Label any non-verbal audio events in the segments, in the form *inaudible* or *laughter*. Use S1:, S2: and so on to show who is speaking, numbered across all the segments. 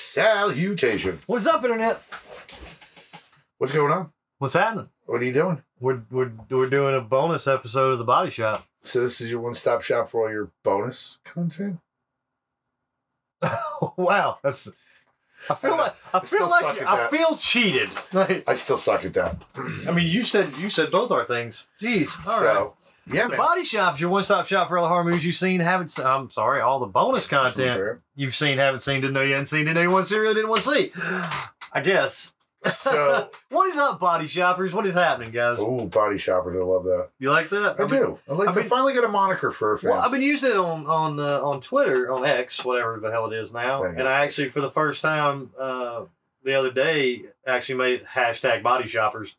S1: Salutation.
S2: What's up, internet?
S1: What's going on?
S2: What's happening?
S1: What are you doing?
S2: We're we're we're doing a bonus episode of the Body Shop.
S1: So this is your one-stop shop for all your bonus content.
S2: *laughs* wow, that's. I feel like I
S1: I still
S2: feel like
S1: suck at
S2: I
S1: that.
S2: feel cheated. Like,
S1: I still suck at that. *clears throat*
S2: I mean, you said you said both our things. Jeez, all right.
S1: so, yeah,
S2: The
S1: man.
S2: Body Shop's your one-stop shop for all the horror movies you've seen, haven't. se- I'm sorry, all the bonus content you've seen, haven't seen, didn't know you hadn't seen, didn't know you want to see, really didn't want to see. I guess. *laughs*
S1: So,
S2: What is up, Body Shoppers? What is happening, guys?
S1: ooh, body shoppers, I love that.
S2: You like that?
S1: Oh.
S2: mean-
S1: I, do. I like.
S2: I
S1: I
S2: mean-
S1: finally got a moniker for a fan.
S2: Well, I've been using it on on uh, on Twitter, on X, whatever the hell it is now.
S1: Thank
S2: And I actually, for the first time uh, the other day, actually made it hashtag Body Shoppers.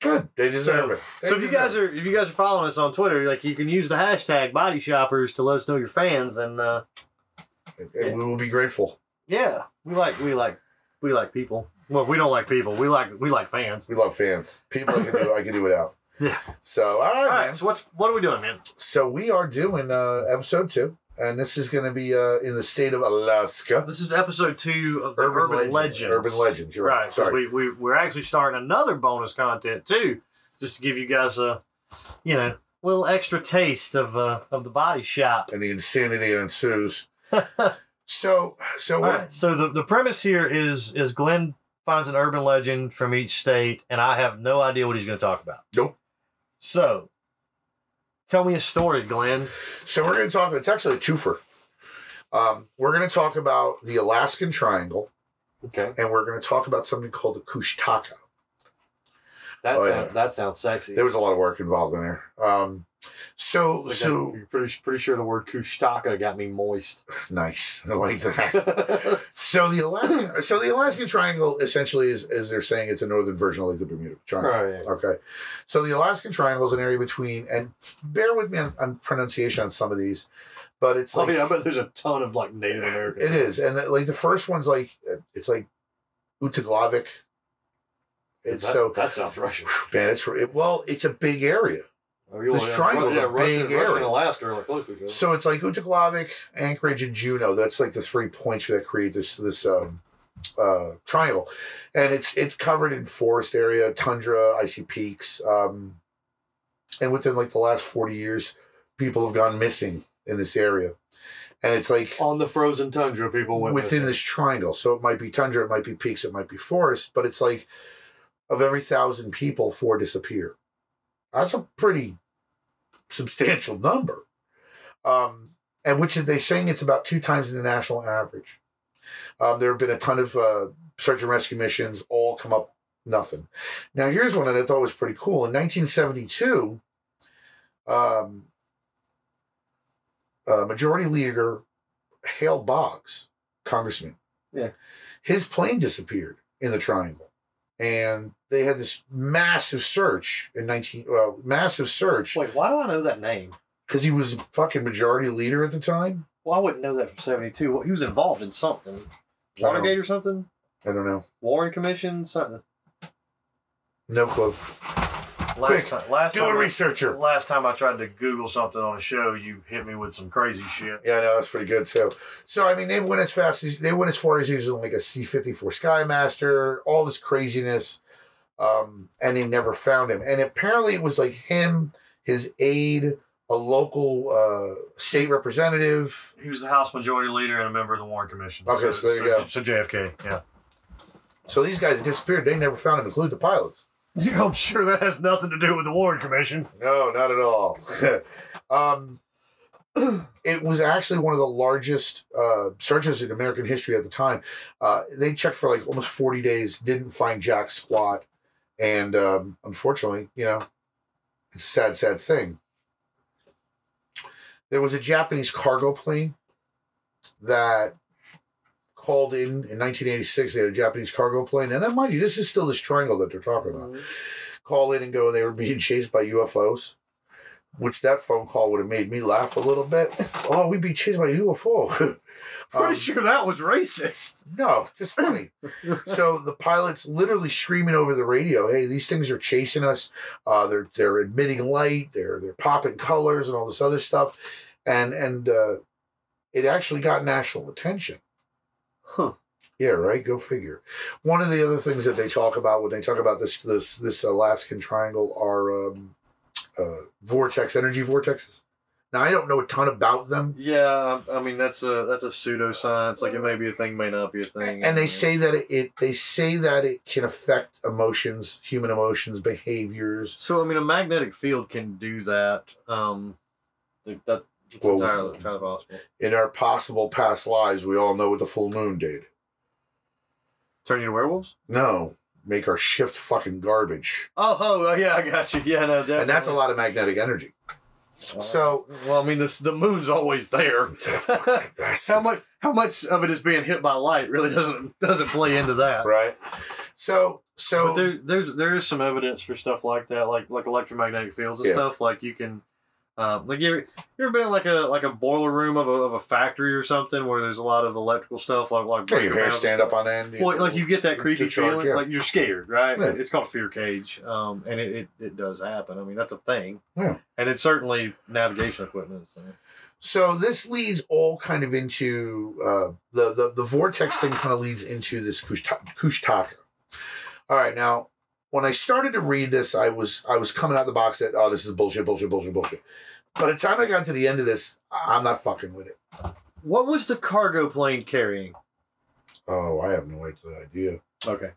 S1: Good. They deserve
S2: So-
S1: it. They
S2: so if you
S1: deserve
S2: guys are if you guys are following us on Twitter, like you can use the hashtag Body Shoppers to let us know your fans, and uh,
S1: it. And we will be grateful.
S2: yeah, we like we like we like people. Well, we don't like people. We like we like fans.
S1: We love fans. People I can do. I can do without.
S2: *laughs* Yeah.
S1: So all right,
S2: All
S1: man.
S2: right, so what's what are we doing, man?
S1: So we are doing uh, episode two, and this is going to be uh, in the state of Alaska.
S2: This is episode two of the Urban,
S1: legend.
S2: Legends.
S1: Urban legends. You're right.
S2: Right. 'cause
S1: Sorry.
S2: We, we, we're actually starting another bonus content too, just to give you guys a, you know, little extra taste of uh, of the body shop.
S1: and the insanity that ensues.
S2: *laughs*
S1: so, so
S2: All
S1: what,
S2: right. So the, the premise here is is Glenn finds an urban legend from each state, and I have no idea what he's going to talk about.
S1: Nope.
S2: So, tell me a story, Glenn.
S1: so we're going to talk. It's actually a twofer. Um, we're going to talk about the Alaskan Triangle,
S2: Okay.
S1: and we're going to talk about something called the Kushtaka.
S2: That
S1: Oh, sound- yeah.
S2: that sounds sexy.
S1: There was a lot of work involved in there. Um, so, so
S2: pretty pretty sure the word kushtaka got me moist. *laughs*
S1: nice. *laughs* I like that. so the Alaskan, so the Alaskan Triangle essentially is, as they're saying, it's a northern version of like the Bermuda Triangle.
S2: right.
S1: Okay. So the Alaskan Triangle is an area between, and bear with me on, on pronunciation on some of these, but it's like,
S2: I bet there's Oh, a ton of like Native *laughs* American.
S1: it is. And like the first one's like, it's like Utaglavik. It's so,
S2: that sounds Russian.
S1: man, it's, it, well, it's a big area.
S2: Oh, you
S1: This
S2: only-
S1: triangle's
S2: yeah,
S1: a
S2: Russia,
S1: big
S2: Russia and
S1: area.
S2: Alaska are like close to each other.
S1: So it's like Utaglavik, Anchorage, and Juneau. That's like the three points that create this, this, um, uh, triangle, and it's it's covered in forest area, tundra, icy peaks, um, and within like the last forty years, people have gone missing in this area, and it's like
S2: on the frozen tundra, people went
S1: within
S2: missing.
S1: this triangle. So it might be tundra, it might be peaks, it might be forest, but it's like of every thousand people, four disappear. That's a pretty substantial number. Um, and which is they're saying it's about two times the national average. Um, there have been a ton of uh, search and rescue missions, all come up nothing. Now, here's one that I thought was pretty cool. In 1972, um, uh, Majority Leader Hale Boggs congressman.
S2: Yeah.
S1: His plane disappeared in the triangle. And they had this massive search in 19, well, massive search
S2: Wait, why do I know that name?
S1: because he was fucking majority leader at the time.
S2: Well, I wouldn't know that from '72. Well, he was involved in something,
S1: I don't-
S2: Watergate or something,
S1: I don't know.
S2: Warren Commission, something.
S1: No clue.
S2: Last
S1: Quick,
S2: time, last
S1: Do a
S2: time, I-
S1: researcher.
S2: last time I tried to Google something on a show, you hit me with some crazy shit.
S1: Yeah, no, that's pretty good. So, so I mean, they went as fast as they went as far as using like a C fifty four Skymaster, all this craziness, um, and they never found him. And apparently, it was like him, his aide, a local uh, state representative,
S2: He was the House Majority Leader and a member of the Warren Commission.
S1: Okay, so there you go.
S2: So JFK, yeah. *laughs*
S1: So these guys disappeared. They never found them, including the pilots.
S2: I'm sure that has nothing to do with the Warren Commission.
S1: No, not at all. um, *clears throat* it was actually one of the largest uh, searches in American history at the time. Uh, they checked for like almost 40 days, didn't find Jack Squat. And um, unfortunately, you know, it's a sad, sad thing. There was a Japanese cargo plane that called in in 1986. They had a Japanese cargo plane. And uh, mind you, this is still this triangle that they're talking about call in and go they were being *laughs* chased by UFOs, which that phone call would have made me laugh a little bit. Oh, we'd be chased by *laughs* UFO. Um,
S2: sure that was racist.
S1: No, just funny. so the pilots literally screaming over the radio, "Hey, these things are chasing us. Uh, they're they're emitting light. They're they're popping colors and all this other stuff," and and uh, it actually got national attention.
S2: Huh.
S1: Yeah, right. Go figure. One of the other things that they talk about when they talk about this this this Alaskan Triangle are um, uh, vortex energy vortexes. Now I don't know a ton about them,
S2: Yeah, I I mean that's a that's a pseudoscience. Like it may be a thing, may not be a thing.
S1: and they say that it, it they say that it can affect emotions, human emotions, behaviors.
S2: so. I mean, a magnetic field can do that. Um, that that's
S1: Well-
S2: entirely, entirely possible.
S1: In our possible past lives, we all know what the full moon did.
S2: Turn you to werewolves?
S1: No, make our shift fucking garbage,
S2: Oh, oh, oh, yeah, I got you. Yeah, no, definitely.
S1: and that's a lot of magnetic energy. So
S2: Well, I mean, this the moon's always
S1: *laughs*
S2: there. *laughs* how much how much of it is being hit by light really doesn't doesn't play into that.
S1: right? So so
S2: But there, there's there is some evidence for stuff like that, like like electromagnetic fields and
S1: Yeah.
S2: stuff. Like you can, um, like you ever, you ever been in like a like a boiler room of a, of a factory or something where there's a lot of electrical stuff, like like
S1: Yeah, your hair
S2: breakdowns?
S1: stand up on end. you
S2: Well,
S1: know.
S2: like you get that creepy
S1: Good charge,
S2: feeling,
S1: yeah.
S2: like you're scared, right?
S1: Yeah.
S2: It's called fear cage, um, and it, it, it does happen. I mean, that's a thing.
S1: Yeah.
S2: And it's certainly navigation equipment. So.
S1: So this leads all kind of into uh, the, the the vortex thing. Kind of leads into this Kushta- Kushtaka. All right, now when I started to read this, I was I was coming out of the box that oh this is bullshit, bullshit, bullshit, bullshit. By the time I got to the end of this, I- I'm not fucking with it.
S2: What was the cargo plane carrying?
S1: Oh, I have no idea.
S2: Okay.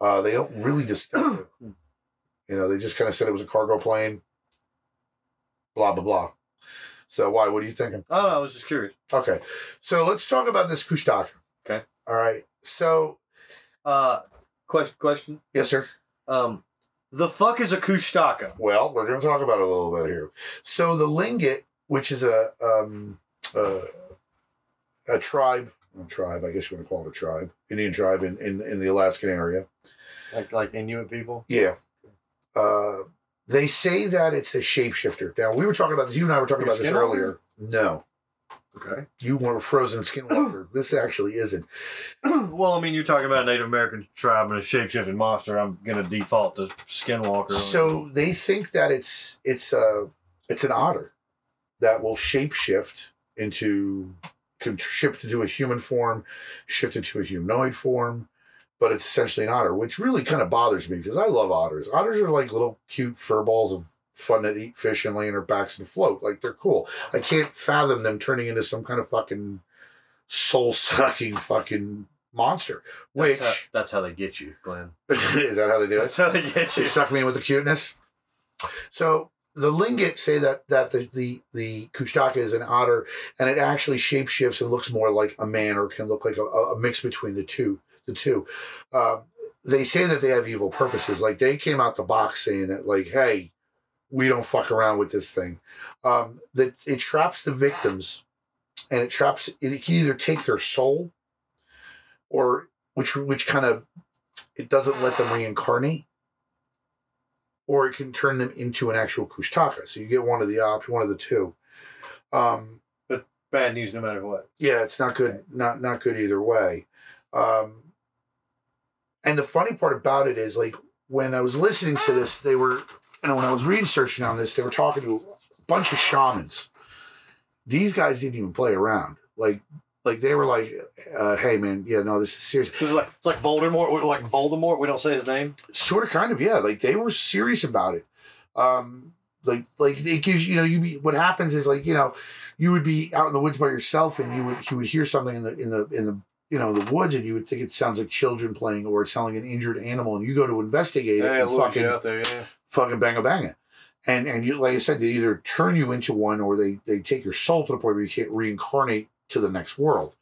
S1: Uh, they don't really discuss *clears throat* it. You know, they just kind of said it was a cargo plane. Blah blah blah. So why? What are you thinking?
S2: Oh, I was just curious.
S1: Okay. So let's talk about this Kushtaka.
S2: Okay.
S1: All right. So,
S2: Uh, question. Question.
S1: yes, sir.
S2: Um, the fuck is a kushtaka?
S1: Well, we're going to talk about it a little bit here. So the Lingit, which is a um, uh, a tribe, a tribe, I guess you want to call it a tribe, Indian tribe in, in, in the Alaskan area.
S2: Like like Inuit people?
S1: Yeah. Uh, they say that it's a shapeshifter. Now, we were talking about this. You and I were talking
S2: Like a
S1: about this
S2: skinwalker?
S1: earlier. No.
S2: Okay. *clears throat*
S1: You want a frozen *coughs* skinwalker. this actually isn't.
S2: well, I mean, you're talking about a Native American tribe and a shapeshifting monster. I'm gonna default to skinwalker.
S1: So they think that it's it's a it's an otter that will shapeshift into can shift into a human form, shift into a humanoid form, but it's essentially an otter, which really kind of bothers me because I love otters. Otters are like little cute fur balls of fun to eat fish and lay on their backs and float. Like they're cool. I can't fathom them turning into some kind of fucking soul sucking fucking monster. Which
S2: that's how, that's how they get you, Glenn.
S1: *laughs* is that how they do it?
S2: That's how they get you.
S1: It stuck me in with the cuteness. So the Lingit say that that the the, the Kushtaka is an otter, and it actually shapeshifts and looks more like a man, or can look like a, a mix between the two. The two. Uh, they say that they have evil purposes. Like they came out the box saying that, like, hey, we don't fuck around with this thing. Um, that it traps the victims, and it traps. It can either take their soul, or which which kind of it doesn't let them reincarnate or it can turn them into an actual kushtaka. So you get one of the op, one of the two. Um,
S2: Bad news, no matter what.
S1: yeah, it's not good. Not not good either way. Um, and the funny part about it is, like when I was listening to this, they were, and when I was researching on this, they were talking to a bunch of shamans. These guys didn't even play around. Like, like they were like, uh, "Hey, man, yeah, no, this is serious."
S2: It's like it's like Voldemort. We're like Voldemort. We don't say his name.
S1: sort of kind of yeah like they were serious about it um like like it gives you know you be what happens is like you know you would be out in the woods by yourself and you would you would hear something in the in the in the you know the woods and you would think it sounds like children playing or it's sounding an injured animal and you go to investigate it and fucking
S2: out there. Yeah.
S1: fucking bang a bang it and and you like i said they either turn you into one or they they take your soul to the point where you can't reincarnate to the next world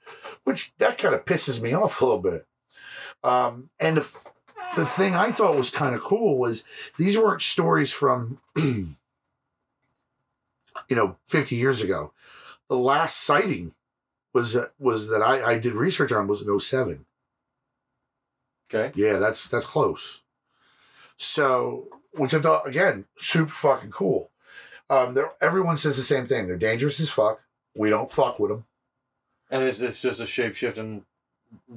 S1: which that kind of pisses me *laughs* off a little bit um and the f- the thing I thought was kind of cool was these weren't stories from, *clears throat* you know, 50 years ago. The last sighting was was that I, I did research on was in 07.
S2: Okay.
S1: Yeah, that's that's close. So, which I thought again, super fucking cool. Um, they're- everyone says the same thing. They're dangerous as fuck. We don't fuck with them.
S2: And it's, it's just a shape shifting,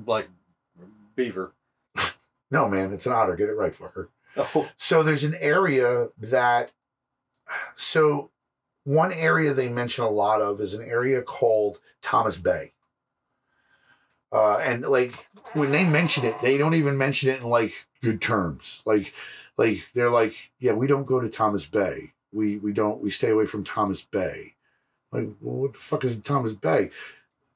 S2: like beaver.
S1: No, man, it's an otter. Get it right, fucker.
S2: Oh,
S1: So there's an area that so one area they mention a lot of is an area called Thomas Bay. Uh, and like when they mention it, they don't even mention it in like good terms. Like, like they're like, yeah, we don't go to Thomas Bay. We we don't we stay away from Thomas Bay. Like, well, what the fuck is Thomas Bay?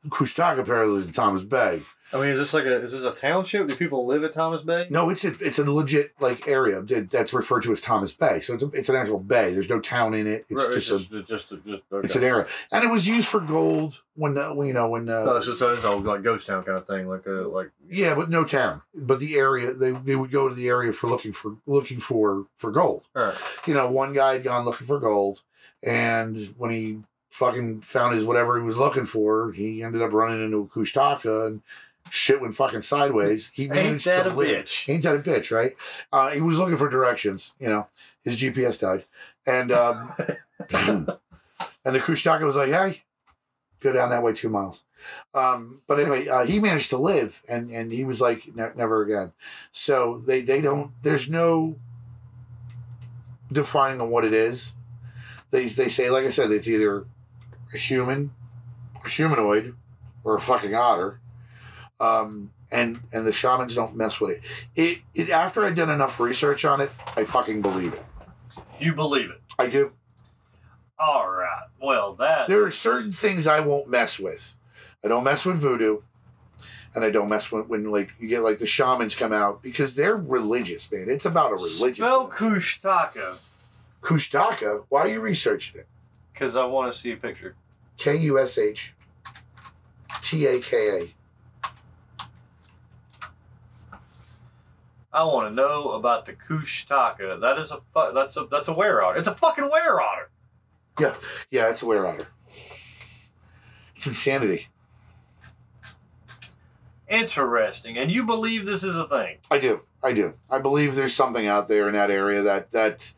S1: Kushtaka apparently is in Thomas Bay.
S2: I mean, is this like a is this a township? Do people live at Thomas Bay?
S1: No, it's a, it's a legit like area that- that's referred to as Thomas Bay. So it's a, it's an actual bay. There's no town in it. It's
S2: Right,
S1: just, a
S2: just, just, just,
S1: it's an area, and it was used for gold when uh, when, you know when uh,
S2: No, it's just Oh, it's all like ghost town kind of thing, like a like
S1: yeah, but no town. But the area they, they would go to the area for looking for looking for for gold.
S2: Alright.
S1: You know, one guy had gone looking for gold, and when he fucking found his whatever he was looking for, he ended up running into a Kushtaka and shit went fucking sideways. He managed
S2: that a
S1: to live.
S2: bitch?
S1: Ain't that a bitch, right? Uh, he was looking for directions. You know, his GPS died, and um, and the Kushtaka was like, "Hey, go down that way two miles." Um, but anyway, uh, he managed to live, and and he was like, "Ne- "Never again." So they they don't. There's no defining on what it is. They they say, like I said, it's either a human, a humanoid, or a fucking otter. Um, and and the shamans don't mess with it. It it after I'd done enough research on it, I fucking believe it.
S2: You believe it.
S1: I do.
S2: All right. Well, that
S1: There are certain things I won't mess with. I don't mess with voodoo, and I don't mess with when like you get like the shamans come out because they're religious, man. It's about a religion.
S2: spell Kushtaka
S1: Kushtaka. Why are you researching it?
S2: because I want to see a picture.
S1: K U S H T A K A.
S2: I want to know about the Kushtaka. That is a fu- that's a that's a were otter. It's a fucking were otter.
S1: Yeah, it's a wear otter. It's insanity.
S2: Interesting. And you believe this is a thing?
S1: I do. I do. I believe there's something out there in that area that that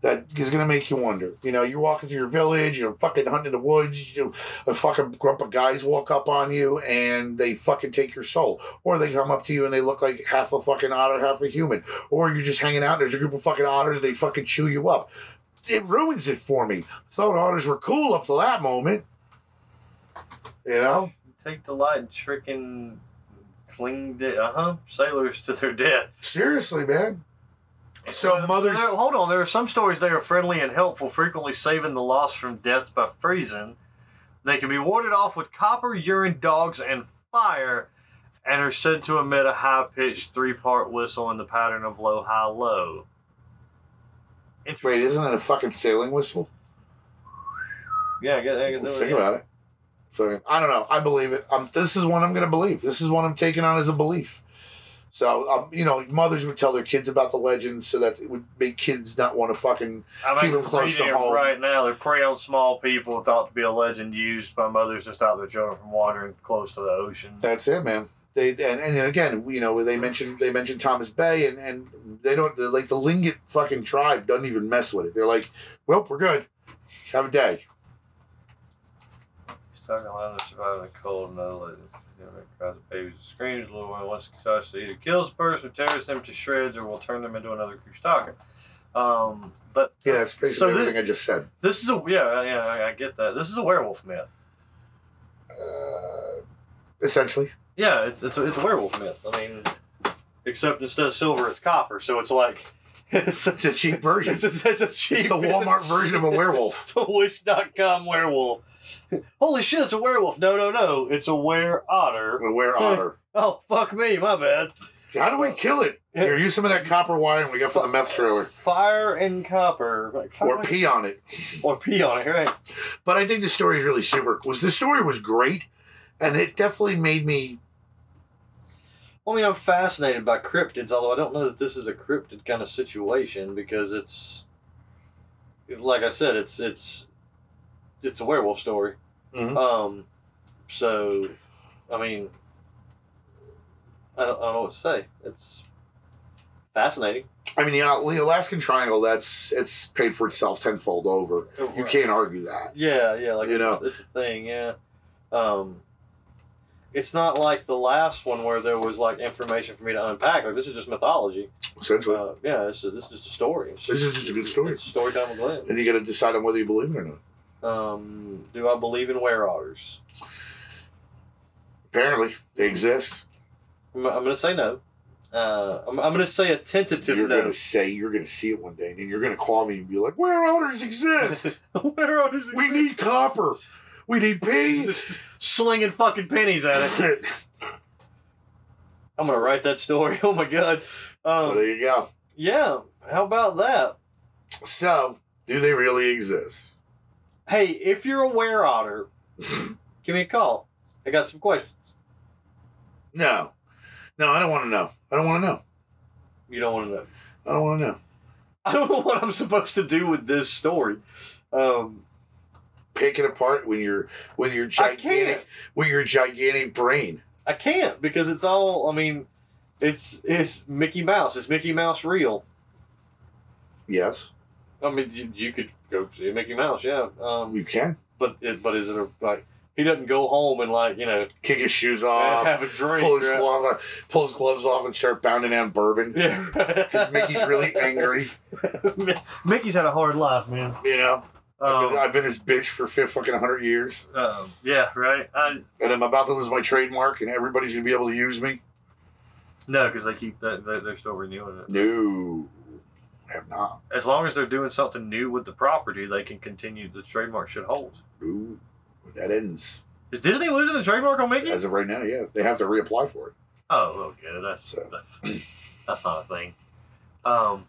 S1: that is gonna make you wonder. You know, you're walking through your village, you're fucking hunting in the woods, you a fucking grump of guys walk up on you and they fucking take your soul. Or they come up to you and they look like half a fucking otter, half a human. Or you're just hanging out and there's a group of fucking otters and they fucking chew you up. It ruins it for me. Thought otters were cool up till that moment. You know?
S2: Take the light and tricking fling the uh huh sailors to their death.
S1: Seriously, man. So
S2: Uh,
S1: mothers
S2: there- hold on. There are some stories they are friendly and helpful, frequently saving the lost from death by freezing. They can be warded off with copper, urine, dogs, and fire, and are said to emit a high-pitched three-part whistle in the pattern of low, high, low. Interesting.
S1: Wait, isn't it a fucking sailing whistle?
S2: Yeah, I guess, I guess that was
S1: Think
S2: it.
S1: about it. Fucking- I don't know. I believe it. Um, this is one I'm going to believe. This is one I'm taking on as a belief. So, um, you know, mothers would tell their kids about the legend so that it would make kids not want to fucking.
S2: I'm
S1: Keep 'em
S2: actually
S1: close to
S2: reading it
S1: home.
S2: right now. They prey on small people, thought to be a legend used by mothers to stop their children from wandering close to the ocean.
S1: That's it, man. They and, and again, you know, they mentioned they mentioned Thomas Bay and and they don't they're like the Lingot fucking tribe doesn't even mess with it. They're like, well, we're good. Have a day.
S2: Stuck on the surviving the cold and other legends. Cries of babies and screams. The little one once starts to either kills the person, tears them to shreds, or will turn them into another Kushtaka. Um, but
S1: Yeah, that's basically
S2: So thi-
S1: everything I just said.
S2: this is a yeah yeah I, I get that. This is a werewolf myth.
S1: Uh, essentially,
S2: Yeah, it's it's a, it's a werewolf myth. I mean, except instead of silver, it's copper. So it's like *laughs* it's a,
S1: it's a cheap version.
S2: it's a, it's a cheap.
S1: it's the Walmart version of a
S2: *laughs*
S1: werewolf.
S2: It's a Wish.com werewolf. Holy shit, it's a werewolf. No, no, no. It's a were otter. *laughs*
S1: We wear otter.
S2: Oh, fuck me. My bad.
S1: How do we kill it? Here, use some of that copper wire we got from the meth trailer.
S2: Fire and copper. Like,
S1: Or
S2: fire-
S1: pee on it.
S2: or pee on it, right?
S1: But I think the story is really super. Was the story was great, and it definitely made me.
S2: Well, I mean, I'm fascinated by cryptids, although I don't know that this is a cryptid kind of situation because it's, like I said, it's it's it's a werewolf story.
S1: Mhm.
S2: Um, so, I mean, I don't, I don't know what to say. It's fascinating.
S1: I mean, the, Al- the Alaskan Triangle. That's it's paid for itself tenfold over. You can't argue that.
S2: Yeah, yeah, like
S1: You
S2: it's,
S1: know.
S2: it's a thing. Yeah, um, it's not like the last one where there was like information for me to unpack. Like this is just mythology.
S1: Essentially,
S2: Uh, yeah, this is, this is just a story. It's
S1: This is just a good story.
S2: It's story time with Glenn.
S1: and you got to decide on whether you believe it or not.
S2: Um, do I believe in were otters?
S1: Apparently, they exist.
S2: I'm, I'm gonna say no. Uh, I'm, I'm gonna say a tentative
S1: You're
S2: no.
S1: gonna say you're gonna see it one day, and then you're gonna call me and be like, "Where
S2: *laughs*
S1: owners exist?
S2: Where are these-
S1: we need copper. We need *laughs* peas."
S2: just slinging fucking pennies at it. I'm gonna write that story. *laughs* Oh my god.
S1: so
S2: Um,
S1: there you go.
S2: yeah. How about that?
S1: So, do they really exist?
S2: Hey, if you're a were otter, *laughs* give me a call. I got some questions.
S1: No, no, I don't want to know. I don't want to know.
S2: You don't want to know. *laughs*
S1: I don't want to know.
S2: I don't know what I'm supposed to do with this story. Um,
S1: Pick it apart when you're with your
S2: I can't.
S1: gigantic with your gigantic brain.
S2: I can't because it's all. I mean, it's it's Mickey Mouse. It's Mickey Mouse real.
S1: Yes,
S2: I mean, you, you could go see Mickey Mouse, yeah. Um,
S1: you can
S2: but it, but is it a, like he doesn't go home and like you know
S1: kick his shoes off,
S2: *laughs* have a drink?
S1: Uh, pull his
S2: right?
S1: glove, off- pull his gloves off, and start pounding
S2: *laughs*
S1: down bourbon
S2: Yeah,
S1: because Mickey's really angry.
S2: *laughs* Mickey's had a hard life, man.
S1: You know, I've, been,
S2: Um,
S1: I've been this bitch for fi- fucking hundred years,
S2: um, yeah, right. I,
S1: and I'm about to lose my trademark, and everybody's gonna be able to use me.
S2: no, because they keep that they, they're still renewing it.
S1: No, I have not.
S2: As long as they're doing something new with the property, they can continue the trademark should hold.
S1: No, that ends
S2: Is Disney losing the trademark on Mickey?
S1: as of right now. Yeah, they have to reapply for it.
S2: Oh, okay. That's
S1: So.
S2: that's, that's not a thing. Um,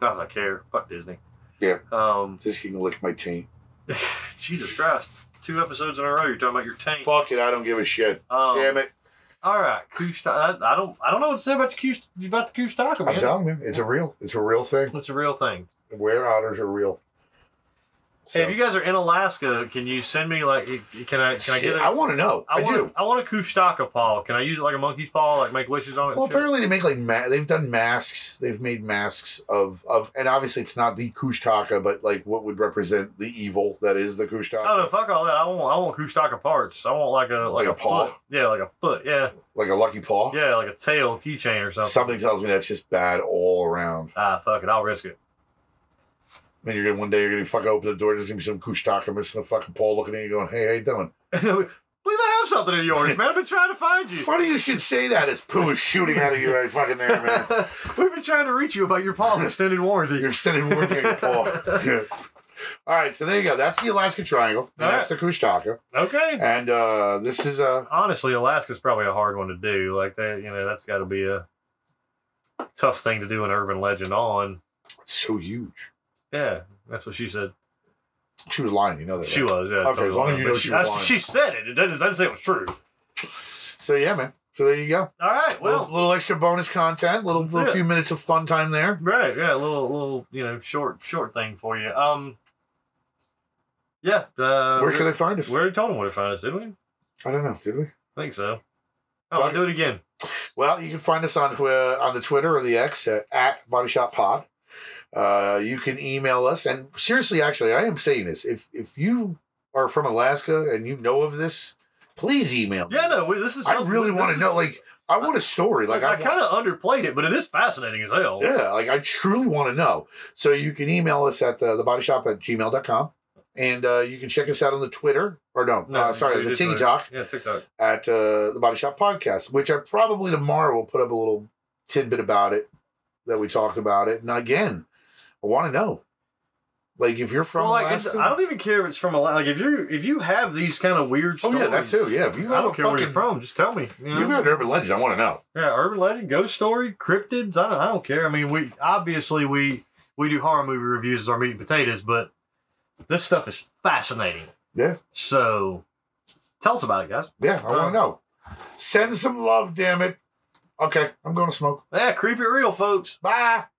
S2: not that I care. Fuck Disney.
S1: Yeah.
S2: Um,
S1: Just can lick my taint.
S2: Jesus Christ! Two episodes in a row. You're talking about your tank.
S1: Fuck it, I don't give a shit.
S2: Um,
S1: Damn it,
S2: All right, Q. Sta- I, I don't. I don't know what to say about the Q. About the Q Stocker,
S1: I'm
S2: man.
S1: telling you, it's a real, it's a real thing.
S2: It's a real thing.
S1: Where otters are real.
S2: Hey, if you guys are in Alaska, can you send me like? y- y- Can I? Can I get
S1: Shit,
S2: a?
S1: I want to know. I,
S2: want.
S1: do.
S2: I want a Kustaka paw. Can I use it like a monkey's paw? Like make wishes on it. and
S1: Well,
S2: shit?
S1: apparently they make like ma- they've done masks. They've made masks of of, and obviously it's not the Kushtaka, but like what would represent the evil that is the Kushtaka,
S2: Oh no! Fuck all that. I want. I want Kustaka parts. I want like a like,
S1: Like a paw?
S2: Foot. Yeah, like a foot. Yeah,
S1: like a lucky paw.
S2: yeah, like a tail keychain or something.
S1: Something tells me that's just bad all around.
S2: Ah, fuck it. I'll risk it. *laughs*
S1: I mean, you're gonna one day you're gonna fucking open the door. There's gonna be some Kushtaka missing a fucking paw, looking at you, going, "Hey, how you doing?"
S2: Please, I have something in yours, man. I've been trying to find
S1: *laughs*
S2: you.
S1: Funny you should say that. As poo is shooting out of you right fucking there, man.
S2: We've been trying to reach you about your paws extended warranty.
S1: You're extended warranty on your paw. *laughs* All right, so there you go. That's the Alaska Triangle, and
S2: All
S1: that's the Kushtaka,
S2: Okay.
S1: and uh, this is uh,
S2: Honestly, Alaska's probably a hard one to do. Like that, you know, that's got to be a tough thing to do an urban legend on.
S1: so huge.
S2: Yeah, that's what she said.
S1: She was lying, you know that.
S2: She
S1: right?
S2: was. Yeah,
S1: Okay, as long as you
S2: But
S1: know she was
S2: that's-
S1: lying.
S2: She said it. It doesn't, doesn't say it was true.
S1: So yeah, man. So there you go.
S2: All right.
S1: Well,
S2: Well.
S1: little, little extra bonus content, little
S2: That's
S1: little
S2: it.
S1: few minutes of fun time there.
S2: Right, yeah, a little, little, you know, short, short thing for you. Um, yeah. Uh,
S1: Where can they find us?
S2: We already told them where to find us, didn't we?
S1: I don't know. Did we?
S2: I think so. Oh, I'll do it again.
S1: Well, you can find us on uh, on the Twitter or the X at, at Body Shop Pod. Uh, you can email us, and seriously, actually, I am saying this: if if you are from Alaska and you know of this, please email. me.
S2: Yeah, no, we, this is.
S1: I
S2: something-
S1: really
S2: this
S1: want
S2: is-
S1: to know. Like, I want a story. Like,
S2: I,
S1: I, want,
S2: kind of underplayed it, but it is fascinating as hell.
S1: yeah, like I truly want to know. So you can email us at the, the body shop at gmail.com. And uh, you can check us out on the Twitter, or no,
S2: No,
S1: uh, sorry,
S2: we
S1: the
S2: did put it-
S1: TikTok
S2: Yeah, TikTok.
S1: at uh, the Body Shop Podcast, which I probably tomorrow will put up a little tidbit about it that we talked about it. And again, I want to know, like if you're from
S2: well, like, it's,
S1: Alaska,
S2: I don't even care if it's from a like if you if you have these kind of weird
S1: oh
S2: stories.
S1: yeah, that too, yeah. If you
S2: I
S1: have a
S2: don't care where
S1: fucking
S2: you're from. Just tell me. You know?
S1: you got an urban legend, I want to know.
S2: Yeah, urban legend, ghost story, cryptids. I don't, I don't care. I mean, we obviously we we do horror movie reviews as our meat and potatoes, but this stuff is fascinating.
S1: Yeah.
S2: So, tell us about it, guys.
S1: Yeah, I want to know. Send some love, damn it. Okay, I'm going to smoke.
S2: Yeah, creep it real, folks.
S1: Bye.